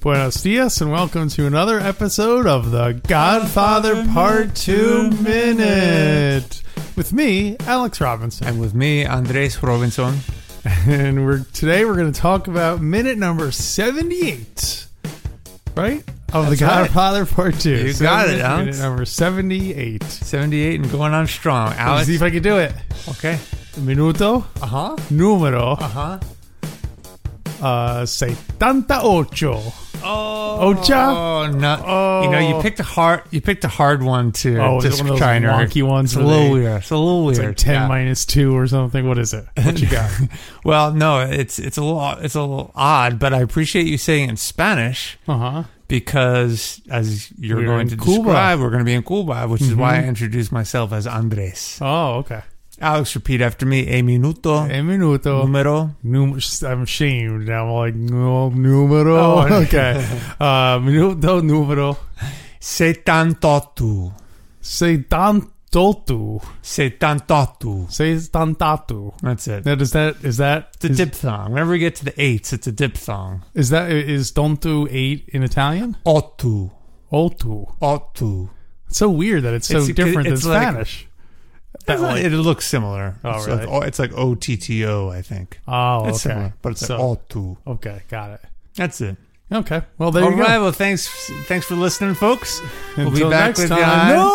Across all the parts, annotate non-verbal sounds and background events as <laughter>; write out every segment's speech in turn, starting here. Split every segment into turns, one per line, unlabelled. Buenos dias and welcome to another episode of the Godfather Part 2 Minute with me, Alex
<laughs>
Robinson.
And with me, Andres Robinson.
And we're today we're going to talk about minute number 78. Right? Of the
That's right.
Godfather Part 2.
You got it,
Minute
Alex.
number 78.
78 and going on strong.
Let's
Alex.
see if I can do it.
Okay.
Minuto
Uh huh.
numero
Uh huh.
uh, settantaocho.
Oh.
Ocha?
Oh, no. You know, you picked a hard, you picked a hard one too.
Oh, is it
just
one of those
trying to-
wonky ones
It's a
where
little
they-
weird. It's a little weird.
It's like 10
Yeah.
minus 2 or something. What is it? What you
<laughs>
got?
Well, no, it's it's a little it's a little odd, but I appreciate you saying it in Spanish
uh huh.
because as you're
We're
going
in
to
Cuba. Mm-hmm.
describe, we're going to be in Cuba, which is why I introduced myself as Andres.
Oh, okay.
Alex, repeat after me. A minuto.
E minuto.
Número.
Num- I'm ashamed. Now I'm like, no, numero.
Oh.
<laughs> okay. Uh, minuto numero.
Se tanto tu.
Sei tanto tu.
Se tanto tu.
Sei tantatu.
That's it.
Now, does that, is that,
It's a
is,
diphthong. Whenever we get to the eights, it's a diphthong.
is that, is tontu 8 in Italian?
Otu.
Otu.
Otu.
It's so weird that it's so
It's- it-
different
it's
than
like-
Spanish.
It's like- it looks similar.
Oh,
it's,
really?
like, oh, it's like O-T-T-O, I think.
Oh,
It's
okay.
similar, but it's
So-
like Otu.
Okay, got it.
That's it.
Okay, well, there
All
you
right.
go.
Well, thanks, thanks for listening, folks. we'll be
Until
back
next
with
time.
you. on-
No!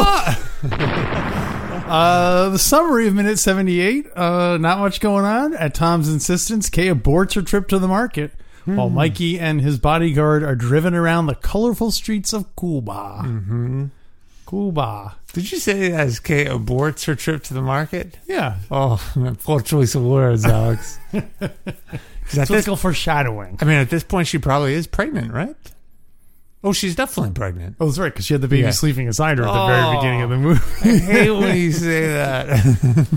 Oh!
<laughs> Uh, the summary of minute 78. Uh, not much going on. At Tom's insistence, Kay aborts her trip to the market while Mikey and his bodyguard are driven around the colorful streets of Cuba. Mm-hmm. Cuba.
Did you say as Kay aborts her trip to the market?
Yeah.
Oh, man, poor choice of words, <laughs> Alex. 'Cause at this
Physical foreshadowing.
I mean, at this point, she probably is pregnant, right? Oh, she's definitely pregnant.
Oh, that's right, because she had the baby
Yeah.
sleeping inside her at the very
Oh.
beginning of the <laughs> movie.
I hate when you say that.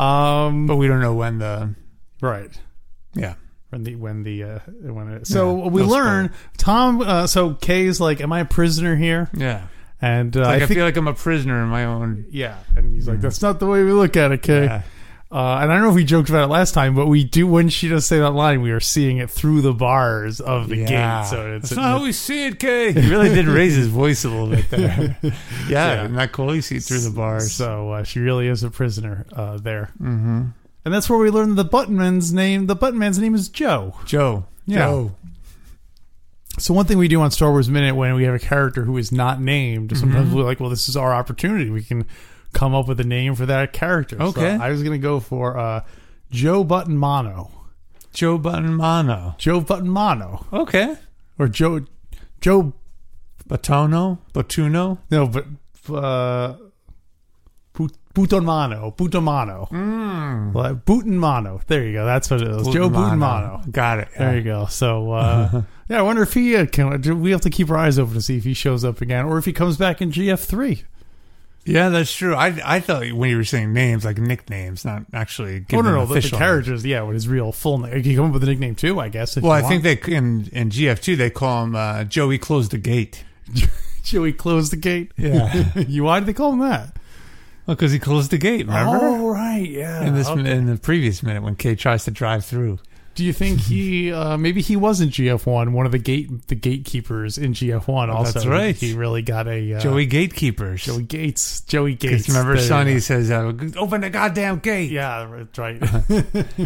Um,
<laughs> but we don't know when the.
right.
Yeah.
when the when the uh, when it, so we
no
learn Tom. Uh, so Kay's like, "Am I a prisoner here?"
Yeah.
And uh,
Like, I,
I think,
feel like I'm a prisoner in my own.
yeah, and he's like, "That's not the way we look at it, Kay."
Yeah.
Uh, and I don't know if we joked about it last time, but we do when she does say that line, we are seeing it through the bars of the
Yeah.
gate. So it's
That's not how we see it, Kay. He really did raise his voice a little bit there. <laughs> yeah,
Yeah.
Isn't that cool? You see it through the bars.
so uh, she really is a prisoner uh, there. Mm-hmm. And that's where we learn the Buttonman's name. The Buttonman's name is Joe.
Joe.
Yeah.
Joe.
So one thing we do on Star Wars Minute when we have a character who is not named,
Mm-hmm.
sometimes we're like, well, this is our opportunity. We can come up with a name for that character. So
Okay.
I was gonna go for uh, Joe Button Mono,
Joe Button Mono.
Joe Button Mono,
Okay.
or Joe Joe.
Batono. Batuno.
No, but uh, Put- Puton Mono, Puton Mono,
Mm-hmm. Mm.
Like, Putin Mono. There you go. That's what it is. Joe Putin Mono.
Got it.
There you go. So
<laughs>
uh, yeah, I wonder if he uh, can. do We have to keep our eyes open to see if he shows up again, or if he comes back in GF three.
Yeah, that's true. I, I thought when you were saying names, like nicknames, not actually.
Oh
Giving
no, no,
them
the, the
official names.
characters. Yeah, with his real full name. You can come up with a nickname too, I guess. if
Well,
you
I think
want.
they in in GF two they call him uh, Joey closed the gate.
Joey closed the gate.
Yeah.
<laughs> you why did they call him that?
because he closed the gate. Remember
Oh right, yeah.
in this
Okay.
in the previous minute when Kay tries to drive through.
Do you think he uh, maybe he was in GF one, one of the gate the gatekeepers in GF one? Also,
that's right.
He really got a uh,
Joey gatekeepers.
Joey
Joey
Gates. Joey Gates.
gates. Remember
There you
Sonny
go.
says, uh, "Open the goddamn gate,"
Yeah, that's
<laughs>
right.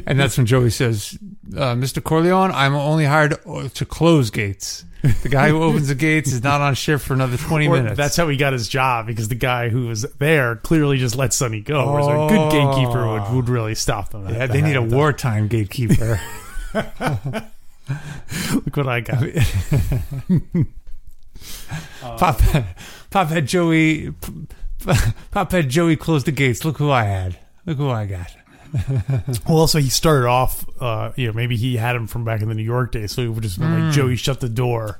and that's when Joey says, uh, "Mr. Corleone, I'm only hired uh, to close gates. The guy who opens the gates is not on shift for another twenty
Or
minutes."
that's how he got his job because the guy who was there clearly just let Sonny go. Whereas a good gatekeeper would, would really stop them.
<laughs> Oh. yeah, they need a wartime gatekeeper.
<laughs> Look what I got.
Pop, Pop had Joey. Pop had Joey close the gates. Look who I had. Look who I got.
Well, also he started off, uh, you know, maybe he had him from back in the New York days, so he would just been like Joey shut the door,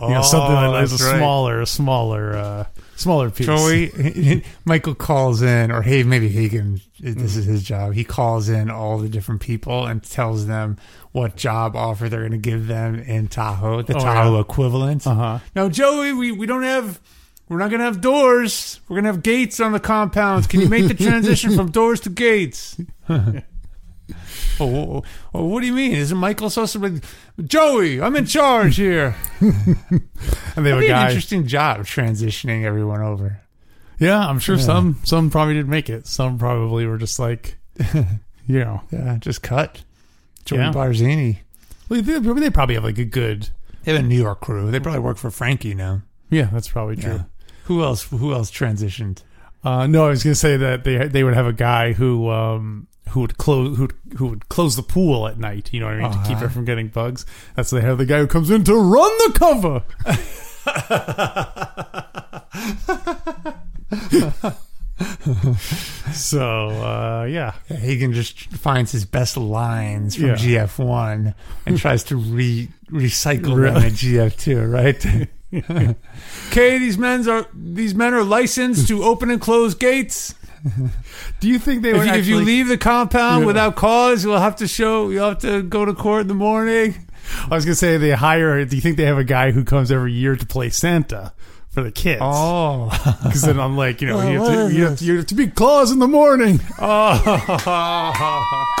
you know, something like that. It was
Hmm. Oh, that's
a
right.
smaller, a smaller uh, Smaller piece. <laughs>
Joey, Michael calls in, or hey, maybe Hagen,
Mm.
this is his job. He calls in all the different people and tells them what job offer they're going to give them in Tahoe, the
Oh,
Tahoe
yeah.
equivalent.
Uh-huh.
Now, Joey, we, we don't have, we're not going to have doors. We're going to have gates on the compounds. Can you make
<laughs>
the transition from doors to gates? oh, oh, oh, what do you mean? Isn't Michael supposed to be, Joey, I'm in charge here.
And they have
That'd
a
be an
guy.
interesting job transitioning everyone over.
Yeah, I'm sure some some probably didn't make it. Some probably were just
<laughs>
like, you know,
Yeah, just cut. Jordan
Yeah.
Barzini.
Well, they, they probably have like a good.
They have a New York crew. They probably work for Frankie now.
Yeah, that's probably true.
Yeah. Who else? Who else transitioned?
Uh, no, I was gonna say that they they would have a guy who um who would close who who would close the pool at night. You know what I mean to keep
Uh-huh.
it from getting bugs. That's they have the guy who comes in to run the cover. <laughs>
<laughs>
so uh, yeah,
Hagen just finds his best lines from
Yeah.
GF1 and tries to re recycle them
Really?
in GF2. <laughs> Right? okay, these men are these men are licensed to open and close gates.
do you think they
If
would
you, if you
actually-
leave the compound
Yeah.
without cause, you'll have to show. You'll have to go to court in the morning.
I was gonna say they hire. Do you think they have a guy who comes every year to play Santa for the kids?
Oh.
Because then I'm like, you
<laughs>
know,
Oh,
you,
what
have
is
to, you, have to, you have to be Claus in the morning.
<laughs> <laughs>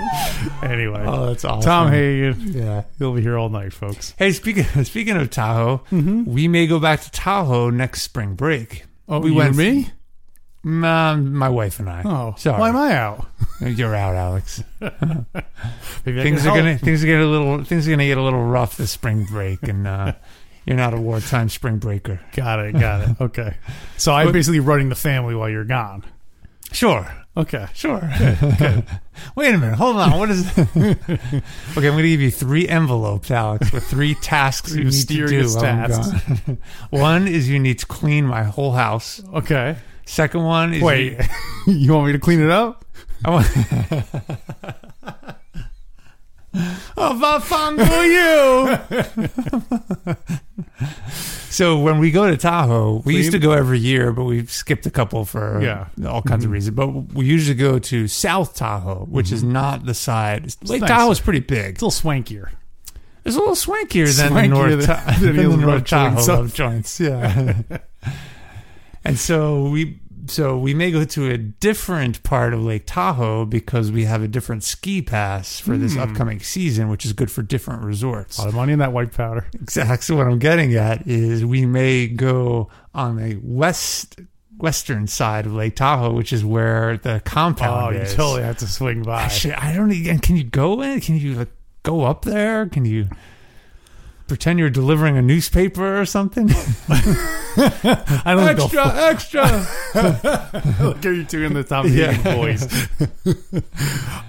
Oh,
Anyway,
that's awesome.
Tom Hagen,
Yeah.
he'll be here all night, folks.
Hey, speaking speaking of <laughs> Tahoe, we may go back to Tahoe next spring break.
Mm-hmm. Oh,
we
you
went
and me?
My, my wife and I.
Oh,
sorry,
why am I out?
you're out, Alex.
Maybe I
Things
can
are
help.
gonna things are gonna
<laughs>
get a little things are gonna get a little rough this spring break, and uh, you're not a wartime spring breaker.
Got it, got
<laughs>
it. Okay. So I'm basically running the family while you're gone.
Sure,
Okay. <laughs>
sure. <laughs> Wait a minute, hold on. What is? <laughs> okay, I'm gonna give you three envelopes, Alex, with
<laughs>
three tasks you need to do.
Mysterious
while I'm
tasks.
gone. One is you need to clean my whole house.
<laughs> Okay.
Second one is you-
Wait. <laughs> you want me to clean it up?
I want. oh, va fango you. <laughs> so when we go to Tahoe, we used to
Clean.
go every year, but we've skipped a couple for
Yeah. Mm-hmm.
all kinds of reasons. But we usually go to South Tahoe, which is not the side. Lake
nicer.
Tahoe is pretty big.
It's a little swankier.
It's a little swankier than the
Swankier
North, <laughs>
than-
Ta-
than
than
the
the
old
North
love joints.
Tahoe love joints. Yeah. <laughs> and so we so we may go to a different part of Lake Tahoe because we have a different ski pass for this upcoming season, which is good for different resorts.
A lot of money in that white powder.
Exactly what I'm getting at is we may go on the west western side of Lake Tahoe, which is where the
Oh,
compound
you
is.
totally have to swing
<laughs>
by.
Actually, I don't even. Can you go in? Can you like go up there? Can you pretend you're delivering a newspaper or something? <laughs>
I don't think they'll
extra. <laughs>
Look at you doing the <laughs> Tom
Yeah.
Hagen voice.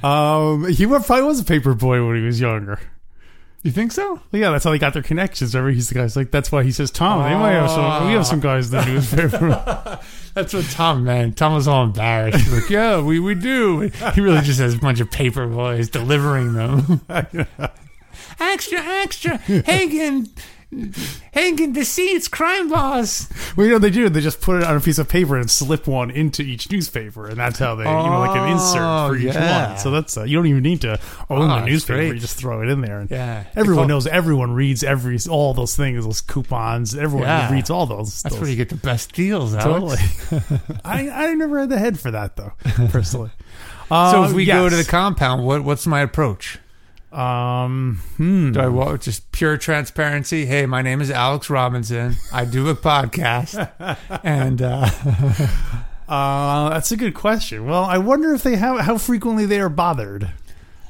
<laughs> um, he wa- probably was a paper boy when he was younger.
<laughs> you think so?
Well, yeah, that's how they got their connections. Remember, he's the guy's like that's why he says Tom. They might have some. We have
Ah.
some guys in the
<laughs>
newspaper.
That's what Tom meant. Tom was all embarrassed. He's like, yeah, we, we do. He really just has a bunch of paper boys delivering them. <laughs> extra, extra. Hagen. Hagen, the seats, crime boss.
well, you know they do. They just put it on a piece of paper and slip one into each newspaper, and that's how they you know like an insert
Oh,
for each
yeah.
one. So that's uh, you don't even need to own
Oh,
the
that's
newspaper.
great.
You just throw it in there. And
Yeah. They
Everyone
call-
knows. Everyone reads every all those things, those coupons. Everyone
Yeah.
reads all those.
That's
those
where you get the best deals, Alex.
Totally. <laughs> I, I never had the head for that <laughs> though, personally.
So
Uh,
if we go to the
yes.
compound, what what's my approach?
um, hmm.
Do I walk just pure transparency? Hey, my name is Alex Robinson. I do
<laughs>
a podcast, and uh,
Uh, that's a good question. Well, I wonder if they have how frequently they are bothered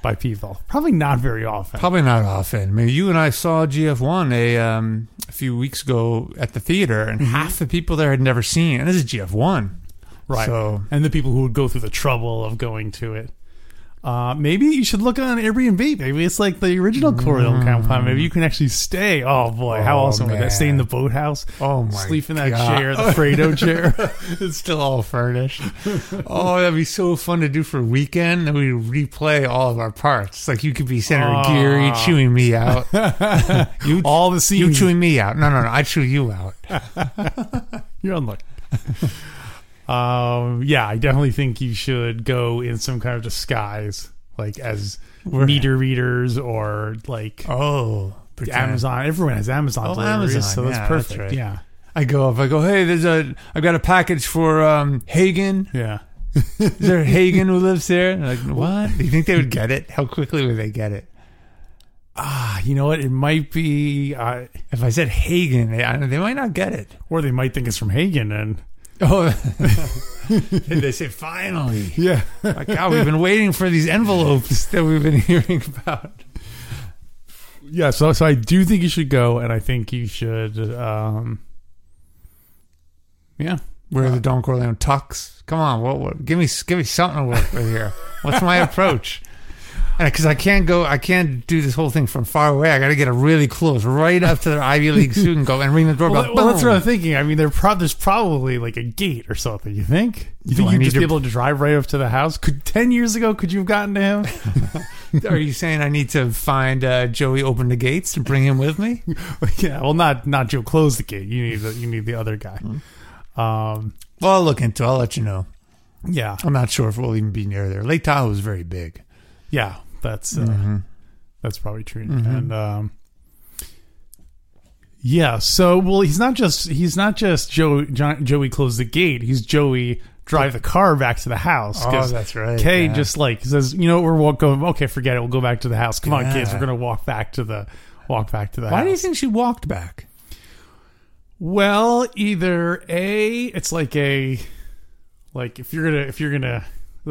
by people. Probably not very often.
probably not often. I mean, you and I saw GF One a um, a few weeks ago at the theater, and
Mm-hmm.
half the people there had never seen. And this is GF One,
Right.
So
And the people who would go through the trouble of going to it. Uh, maybe you should look on Airbnb. Maybe it's like the original Corleone compound. Maybe you can actually stay. Mm. Oh boy, how
Oh,
awesome would
man.
that? Stay in the boathouse.
Oh, my
sleep in that
God.
chair, the Fredo <laughs> chair.
<laughs> it's still all furnished. oh, that'd be so fun to do for a weekend. And we replay all of our parts. Like you could be Senator
Aw.
Geary chewing
<laughs>
me out. you
All the scenes.
You chewing me out. No, no, no. I chew you out.
You're unlucky. <laughs> um, yeah, I definitely think you should go in some kind of disguise, like as meter readers or like
Oh, pretend.
Amazon. Everyone has Amazon
Oh,
deliveries,
Amazon.
so that's
Yeah, that's
perfect.
right.
Yeah,
I go up. I go, hey, there's a. I've got a package for um, Hagen.
yeah.
Is there a Hagen who lives there? And like, what? Do you think they would get it? How quickly would they get it?
Ah, you know what? It might be, uh,
If I said Hagen, they, I, they might not get it.
or they might think it's from Hagen, and
Oh, <laughs> they say finally.
yeah, <laughs>
My God, we've been waiting for these envelopes that we've been <laughs> hearing about.
yeah. So, so I do think you should go, and I think you should. Um, yeah,
Where are the Don Corleone tucks? Come on, what, what? Give me, give me something to work with here.
<laughs>
What's my approach? Because I can't go, I can't do this whole thing from far away. I got to get a really close, right up to their
<laughs>
Ivy League student, go and ring the doorbell.
Well, that- well, that's what
Boom.
I'm thinking. I mean, there prob- there's probably like a gate or something. You think? You
Do
think
I
you'd
need
just
to-
be able to drive right up to the house? Could ten years ago, could you have gotten to
<laughs>
him?
Are you saying I need to find uh, Joey open the gates and bring him with me?
yeah. Well, not not Joe. Close the gate. You need the, you need the other guy.
Mm-hmm.
Um.
Well, I'll look into. it. I'll let you know.
Yeah.
I'm not sure if we'll even be near there. Lake Tahoe is very big.
Yeah. That's uh,
Mm-hmm.
that's probably true. And um. Yeah. So well, he's not just he's not just Joe John, Joey close the gate. He's Joey drive the car back to the house. 'cause
Oh, that's right.
Kay
yeah.
just like says, you know, we're walk- going. Okay, forget it. We'll go back to the house. Come on,
Yeah.
kids. We're gonna walk back to the walk back to the
Why
house.
do you think she walked back?
well, either a, it's like a, like if you're gonna if you're gonna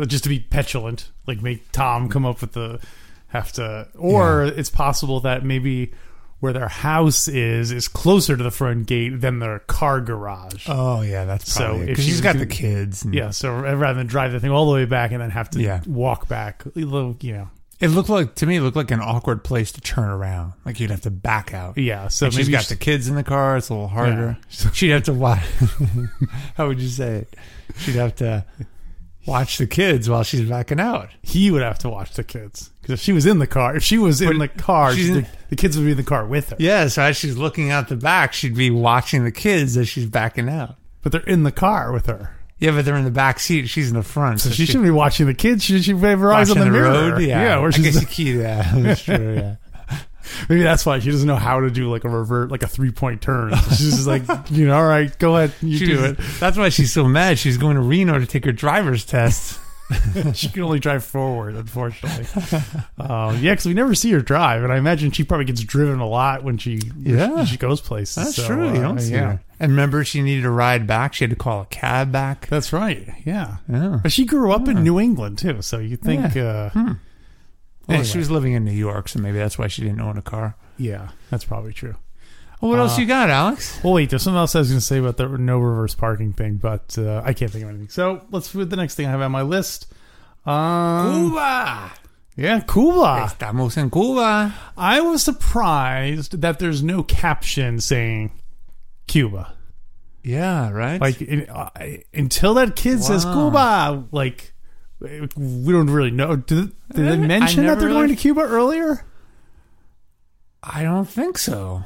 just to be petulant, like make Tom come up with the have to, or it's possible that maybe where their house is is closer to the front gate than their car garage.
Oh yeah, that's
So
probably
if
because
she
she's
was
got the
doing-
kids. and-
yeah, so rather than drive the thing all the way back and then have to
Yeah.
walk back, a little, you know,
it looked like to me it looked like an awkward place to turn around. Like you'd have to back out.
yeah. So
And
maybe
she's
you
got
should-
the kids in the car. It's a little harder. She'd have to watch. <laughs> How would you say it? She'd have to watch the kids while she's backing out.
he would have to watch the kids because if she was in the car, if she was in the car,
she's
she-
in-
the kids would be in the car with her.
Yeah, so as she's looking out the back, she'd be watching the kids as she's backing out.
But they're in the car with her,
Yeah, but they're in the back seat. She's in the front,
so she, shouldn't be watching the kids. She should have her eyes on
watching
the, mirror.
road. Yeah,
yeah. Or
I guess
she's,
you key yeah, that's true. Yeah,
<laughs> maybe that's why she doesn't know how to do like a revert, like a three point
<laughs>
turn. She's just like, you know, all right, go ahead, you
she
do
was- That's why she's so mad. She's going to Reno to take her driver's test.
it. <laughs> she can only drive forward,
<laughs>
unfortunately. uh, yeah, because we never see her drive, and I imagine she probably gets driven a lot when she
Yeah.
when she goes places.
That's
So,
true. You
uh,
don't see
yeah.
her. And remember, she needed a ride back. She had to call a cab back.
That's right. Yeah.
Yeah.
But she grew up in New England too, so you think
Yeah. Hmm.
uh,
And
anyway.
she was living in New York, so maybe that's why she didn't own a car.
Yeah, that's probably true.
Well, what else you got, Alex?
Well, wait, there's something else I was going to say about the no reverse parking thing, but uh, I can't think of anything. So let's do the next thing I have on my list. Um,
Cuba.
yeah, Cuba.
Ah. Estamos en Cuba.
I was surprised that there's no caption saying Cuba.
Yeah, right.
Like in, uh, until that kid says
Wow.
Cuba, like we don't really know. Did, did
I
they mention that
never
they're going
really-
to Cuba earlier?
I don't think so.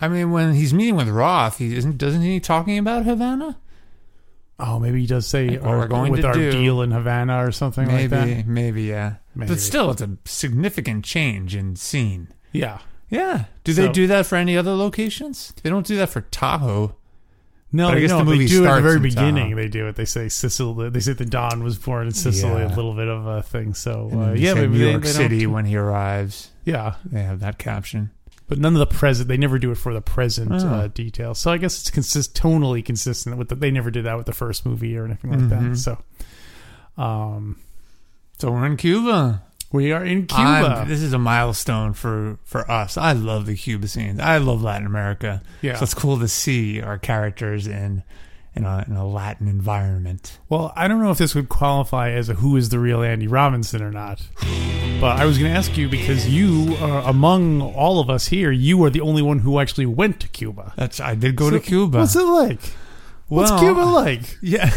I mean, when he's meeting with Roth, he isn't. Doesn't he talking about Havana?
Oh, maybe he does say
what
our-
we're going
with
to
our
do.
deal in Havana or something
Maybe,
like that.
maybe, yeah.
Maybe.
But still, it's a significant change in scene.
Yeah.
Yeah. Do
So-
they do that for any other locations? They don't do that for Tahoe.
No,
But I
I
guess
no,
the movie
they do at the
starts
very
in
beginning.
Tahoe.
They do it. They say Sicily. They say the Don was born in Sicily.
Yeah.
A little bit of a thing. So
And
uh,
then they
yeah,
say
maybe
New
they-
York
they don't-
City when he arrives.
Yeah,
They have that caption.
but none of the present. They never do it for the present
Oh.
uh, detail. So I guess it's consist tonally consistent with the. They never did that with the first movie or anything like that.
Mhm.
So, um,
So we're in Cuba.
we are in Cuba.
I'm- this is a milestone for for us. I love the Cuba scenes. I love Latin America.
Yeah.
So it's cool to see our characters in in a, in a Latin environment.
Well, I don't know if this would qualify as a who is the real Andy Robinson or not. But I was going to ask you because you are among all of us here, you are the only one who actually went to Cuba.
That's I did go to Cuba.
What's it like? What's
Well,
Cuba like?
Yeah.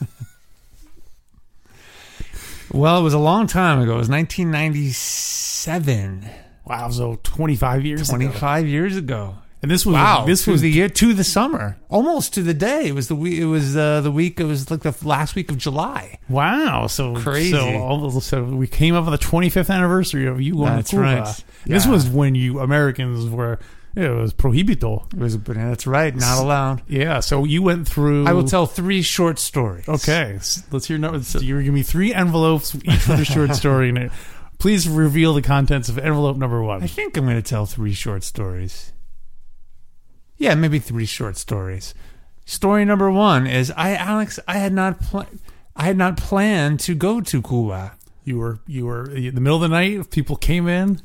<laughs> well, it was a long time ago. It was 1997,
Wow, so 25 years ago.
25 years ago.
And this was
Wow,
this was
the year to the summer, almost to the day. It was the week. It was uh, the week. It was like the last week of July.
Wow, so
Crazy.
So, all of, so we came up on the 25th anniversary of you going
That's
to Cuba.
right.
This
Yeah.
was when you Americans were it was prohibito.
It was. But that's right, not allowed.
Yeah, so you went through.
I will tell three short stories.
Okay, s- let's hear. No, so you're giving me three envelopes each with a short story in it. Please reveal the contents of envelope number
I
one.
think I'm going to tell three short stories. Yeah, maybe three short stories. Story number one is I, Alex, I had not pl- I had not planned to go to Cuba.
You were you were uh, in the middle of the night. People came in,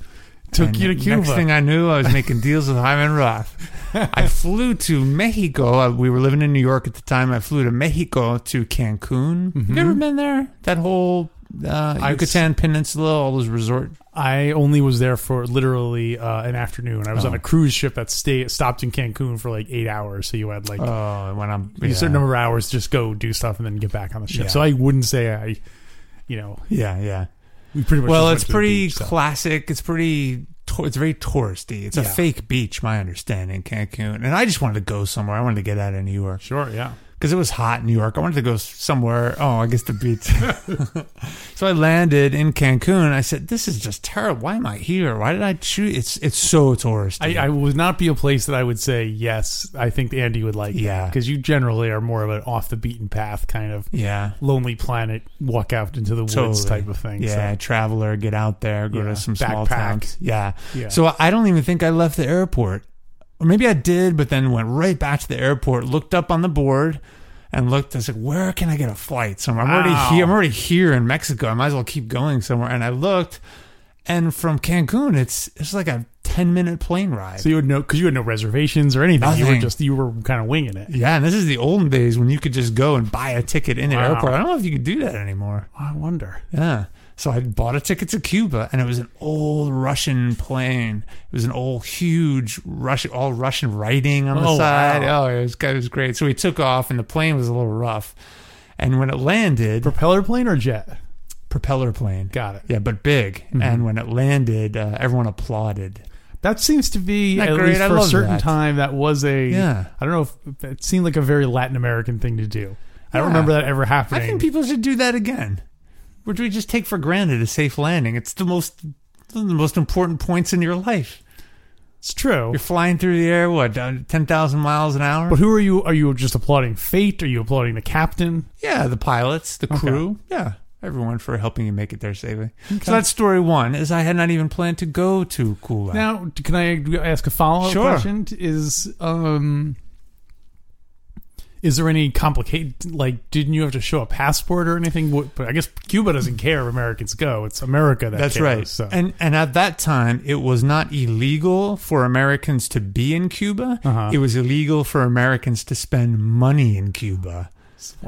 took
And
you to Cuba.
Next thing I knew, I was making deals with Hyman Roth.
<laughs>
I flew to Mexico. Uh, We were living in New York at the time. I flew to Mexico to Cancun.
Mm-hmm.
You ever been there? That whole uh,
I've
Yucatan Peninsula, all those resort.
I only was there for literally uh, an afternoon. I was on
Oh.
a cruise ship that stayed stopped in Cancun for like eight hours. So you had like
Oh, when I'm
a
yeah.
certain number of hours, just go do stuff and then get back on the ship.
Yeah.
So I wouldn't say I, you know,
Yeah, yeah.
we pretty much.
Well,
just
it's
went to the
pretty
beach, so.
classic. It's pretty. tou- It's very touristy. It's a
Yeah.
fake beach, my understanding, Cancun. And I just wanted to go somewhere. I wanted to get out of New York
Sure, yeah.
because it was hot in New York. I wanted to go s- somewhere. Oh, I guess the beach. <laughs> so I landed in Cancun. I said, "This is just terrible. Why am I here? Why did I choose?" It's it's so touristy.
I, I would not be a place that I would say yes. I think Andy would like.
Yeah.
because you generally are more of an off the beaten path kind of
yeah.
lonely planet, walk out into the woods
Totally.
type of thing.
Yeah, traveler, get out there, go
Yeah,
to some small
backpack.
towns. Yeah.
Yeah.
So I don't even think I left the airport. Or maybe I did, but then went right back to the airport, looked up on the board and looked. I was like, where can I get a flight somewhere? I'm
Wow.
already here. I'm already here in Mexico. I might as well keep going somewhere. And I looked and from Cancun, it's it's like a 10 minute plane ride.
So you would know because you had no reservations or anything. You were
Nothing.
just you were kind of winging it.
yeah, and this is the olden days when you could just go and buy a ticket in the
Wow.
airport. I don't know if you could do that anymore.
I wonder.
Yeah. So I bought a ticket to Cuba, and it was an old Russian plane. It was an old, huge Russian, all Russian writing on the
Oh,
side.
wow.
Oh, it was, it was great. So we took off, and the plane was a little rough. And when it landed,
Propeller plane or jet?
propeller plane.
Got it.
Yeah, but big. And when it landed, uh, everyone applauded.
That seems to be
Isn't
at
that great?
least
I
for a
love
certain
that.
time that was a
Yeah.
I don't know if it seemed like a very Latin American thing to do. I don't
Yeah.
remember that ever happening.
I think people should do that again. Which we just take for granted a safe landing. It's the most, one of the most important points in your life.
it's true.
You're flying through the air, what, uh, 10,000 miles an hour?
But who are you? Are you just applauding fate? Are you applauding the captain?
Yeah, the pilots, the crew. Yeah, everyone for helping you make it there safely. So that's story one. Is I had not even planned to go to Kula.
Now, can I ask a follow up
Sure.
question? Is um, is there any complicated? Like, didn't you have to show a passport or anything? What- But I guess Cuba doesn't care if Americans go. It's America that
that's
cares,
right.
So.
And and at that time, it was not illegal for Americans to be in Cuba.
Uh-huh.
It was illegal for Americans to spend money in Cuba.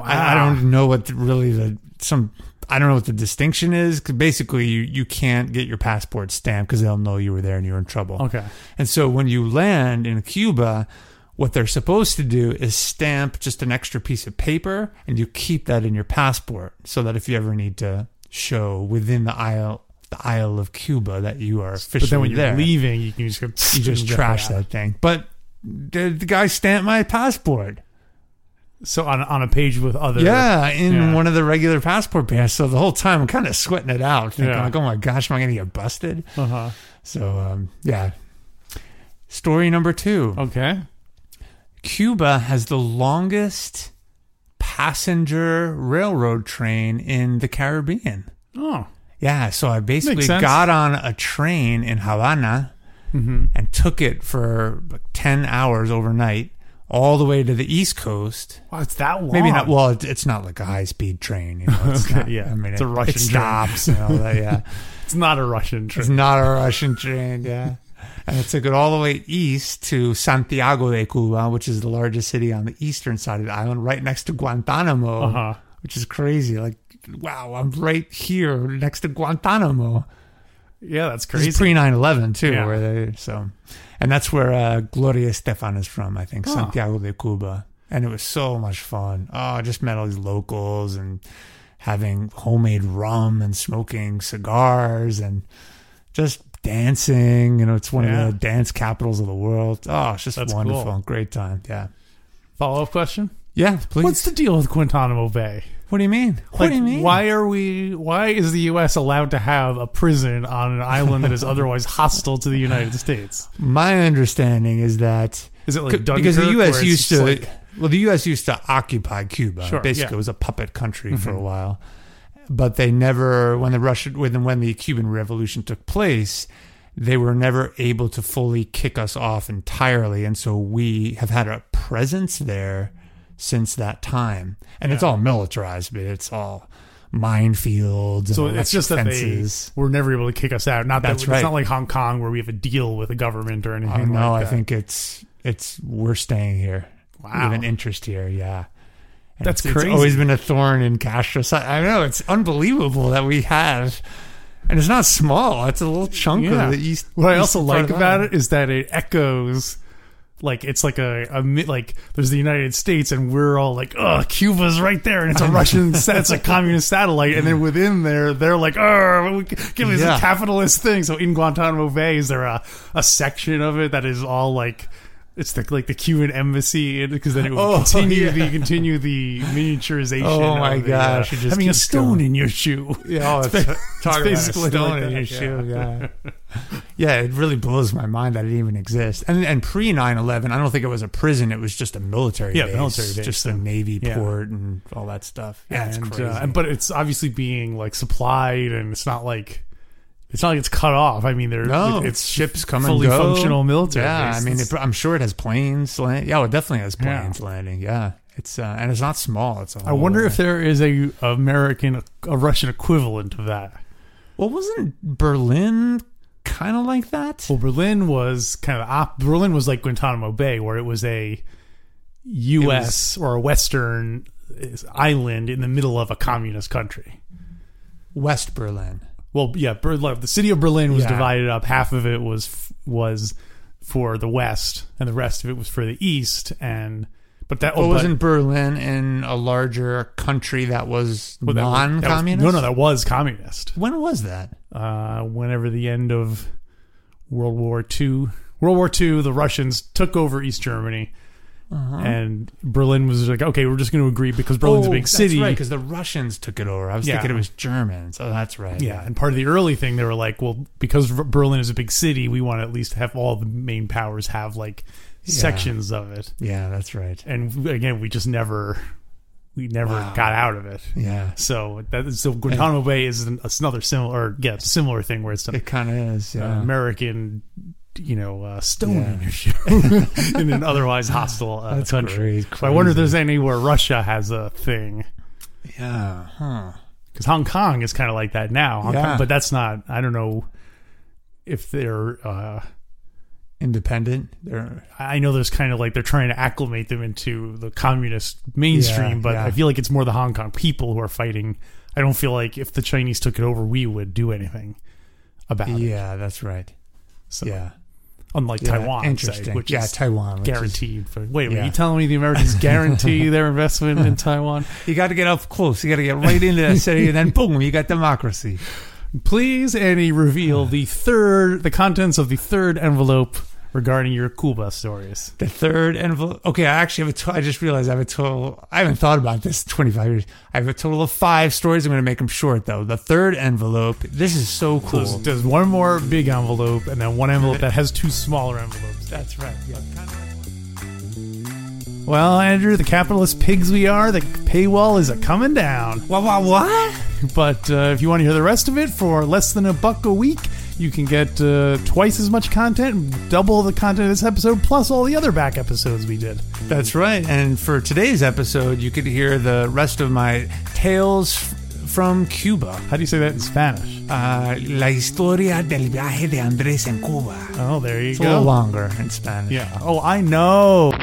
I, I
Wow.
don't know what the, really the some. I don't know what the distinction is. 'cause basically, you, you can't get your passport stamped because they'll know you were there and you're in trouble.
Okay.
And so when you land in Cuba, what they're supposed to do is stamp just an extra piece of paper and you keep that in your passport so that if you ever need to show within the Isle the Isle of Cuba that you are officially
But then when you're
there,
leaving, you can just go,
you
<laughs>
just trash that thing. But the, the guy stamped my passport.
So on on a page with other
Yeah, in
Yeah.
one of the regular passport pairs. So the whole time I'm kind of sweating it out, thinking
Yeah.
like, "Oh my gosh, am I going to get busted?"
Uh-huh.
So um, yeah. Story number two.
Okay.
Cuba has the longest passenger railroad train in the Caribbean.
Oh.
Yeah, so I basically
Makes sense.
got on a train in Havana
Mm-hmm.
and took it for like 10 hours overnight all the way to the East Coast.
Wow, it's that long.
Maybe not. Well, it, it's not like a high speed train. You know, it's
<laughs> Okay,
not,
yeah.
I mean,
It's a
it,
Russian
it
train.
stops and all that. Yeah,
It's not a Russian trip.
it's not a Russian train. Yeah, and it took it all the way east to Santiago de Cuba, which is the largest city on the eastern side of the island, right next to Guantanamo,
Uh-huh.
which is crazy. Like, wow, I'm right here next to Guantanamo.
Yeah, that's
This
crazy.
is pre 9 11 too,
Yeah.
where they so, and that's where uh, Gloria Stefan is from, I think,
Oh.
Santiago de Cuba, and it was so much fun. Oh, I just met all these locals and having homemade rum and smoking cigars and just dancing. You know, it's one
Yeah.
of the dance capitals of the world. Oh, it's just
That's
wonderful.
cool.
Great time. Yeah.
Follow up question:
Yeah, please.
What's the deal with Guantanamo Bay?
what do you mean? what
Like,
do you mean?
Why are we? Why is the U.S. allowed to have a prison on an island
<laughs>
that is otherwise hostile to the United States?
My understanding is that
Is it like
C-
Dunkirk,
because the
where
U.S.
it's
used
just
to
like-
well, the U.S. used to occupy Cuba.
Sure,
Basically,
yeah. Mm-hmm.
it was a puppet country for a while, but they never when the Russian when when the Cuban Revolution took place, they were never able to fully kick us off entirely, and so we have had a presence there since that time, and it's all militarized, but it's all minefields. and
so it's
electric
just that
fences.
they were never able to kick us out. Not
That's
that
right.
it's not like Hong Kong where we have a deal with a government or anything.
Oh,
like
no, I
that.
think it's it's we're staying here.
Wow.
we have an interest here. Yeah, And
That's
it's,
crazy.
It's always been a thorn in Castro's side. I know it's unbelievable that we have, and it's not small. It's a little chunk
Yeah.
of the east.
What I
east
also
part
like
of
about
Ireland.
it is that it echoes. Like it's like a, a mi- like there's the United States and we're all like oh Cuba's right there and it's a
<laughs>
Russian sa- it's a communist satellite and then within there they're like oh give us
Yeah.
a capitalist thing so in Guantanamo Bay is there a, a section of it that is all like it's the, like the Cuban embassy because then it would
Oh, <laughs>
continue
yeah.
the continue the miniaturization
Oh,
of
my
the,
gosh,
uh,
it just
having a
keeps
stone
going.
in your shoe
Yeah, oh, it's, talking
basically
about a stone
like
in
that,
your shoe. Yeah. yeah, it really blows my mind that it even exists. And and pre 9-11, I don't think it was a prison. It was just a military
Yeah,
base,
military base,
just a navy
yeah.
port and all that stuff. Yeah,
and,
it's
uh,
crazy.
and- but it's obviously being like supplied, and it's not like it's not like it's cut off. I mean, they're
No,
it-
it's ships come
fully
and go.
functional military.
Yeah,
bases.
I mean, it, I'm sure it has planes landing. Yeah, well, it definitely has
Yeah.
planes landing. Yeah, it's uh, and it's not small. It's. a
I wonder
whole-
if there is a American, a Russian equivalent of that.
well, wasn't Berlin kind of like that?
Well, Berlin was kind of op- Berlin was like Guantanamo Bay, where it was a U.S. or a Western is- island in the middle of a communist country.
West Berlin.
Well, yeah, Berlin, the city of Berlin was
Yeah.
divided up. Half of it was was for the West, and the rest of it was for the East. And but that
Well,
oh, but-
wasn't Berlin in a larger country that was
but that was- that was-
non-communist?
no, no, that was communist.
When was that?
Uh, whenever the end of World War II, World War II, the Russians took over East Germany,
Uh-huh.
and Berlin was like, okay, we're just going to agree because Berlin's
Oh,
a big city.
because the Russians took it over. I was
Yeah.
thinking it was Germans. Oh, that's right.
Yeah, and part of the early thing they were like, well, because R- Berlin is a big city, we want to at least have all the main powers have like sections of it.
yeah, that's right.
And w- again, we just never we never
Wow.
got out of it.
Yeah,
So that is- so Guantanamo Bay is an, it's another similar or, yeah similar thing where it's an
it kind of
Uh,
is. Yeah.
American you know uh, stone
Yeah.
in your shoe <laughs> in an otherwise hostile uh,
That's
country.
crazy.
So I wonder if there's anywhere Russia has a thing.
yeah. Huh.
because Hong Kong is kind of like that now. Hong
Yeah.
Kong, but that's not. I don't know if they're. Uh,
Independent. They're
I know there's kind of like they're trying to acclimate them into the communist mainstream,
Yeah,
but
yeah.
I feel like it's more the Hong Kong people who are fighting. I don't feel like if the Chinese took it over, we would do anything about it.
Yeah, that's right.
So,
yeah,
unlike
Yeah,
Taiwan,
Interesting.
Say, which
yeah,
is
Taiwan which is-
guaranteed. for, wait, were
Yeah.
you telling me the Americans guarantee their investment
<laughs>
in Taiwan?
you got to get up close. You got to get right into that city, and then boom, you got democracy.
Please, Annie, reveal the third, the contents of the third envelope regarding your Cuba stories.
The third envelope. Okay, I actually have a. To- I just realized I have a total. I haven't thought about this in 25 years. I have a total of five stories. I'm going to make them short though. The third envelope. This is so cool.
There's, there's one more big envelope and then one envelope that has two smaller envelopes.
that's right. Yeah.
Well, Andrew, the capitalist pigs we are, the paywall is a coming down.
What? What? What?
But uh, if you want to hear the rest of it for less than a buck a week, you can get uh, twice as much content, double the content of this episode, plus all the other back episodes we did.
That's right. And for today's episode, you could hear the rest of my tales f- from Cuba.
How do you say that in Spanish?
Uh, la historia del viaje de Andrés en Cuba.
Oh, there you
It's a little
go.
longer in Spanish.
Yeah. Oh, I know.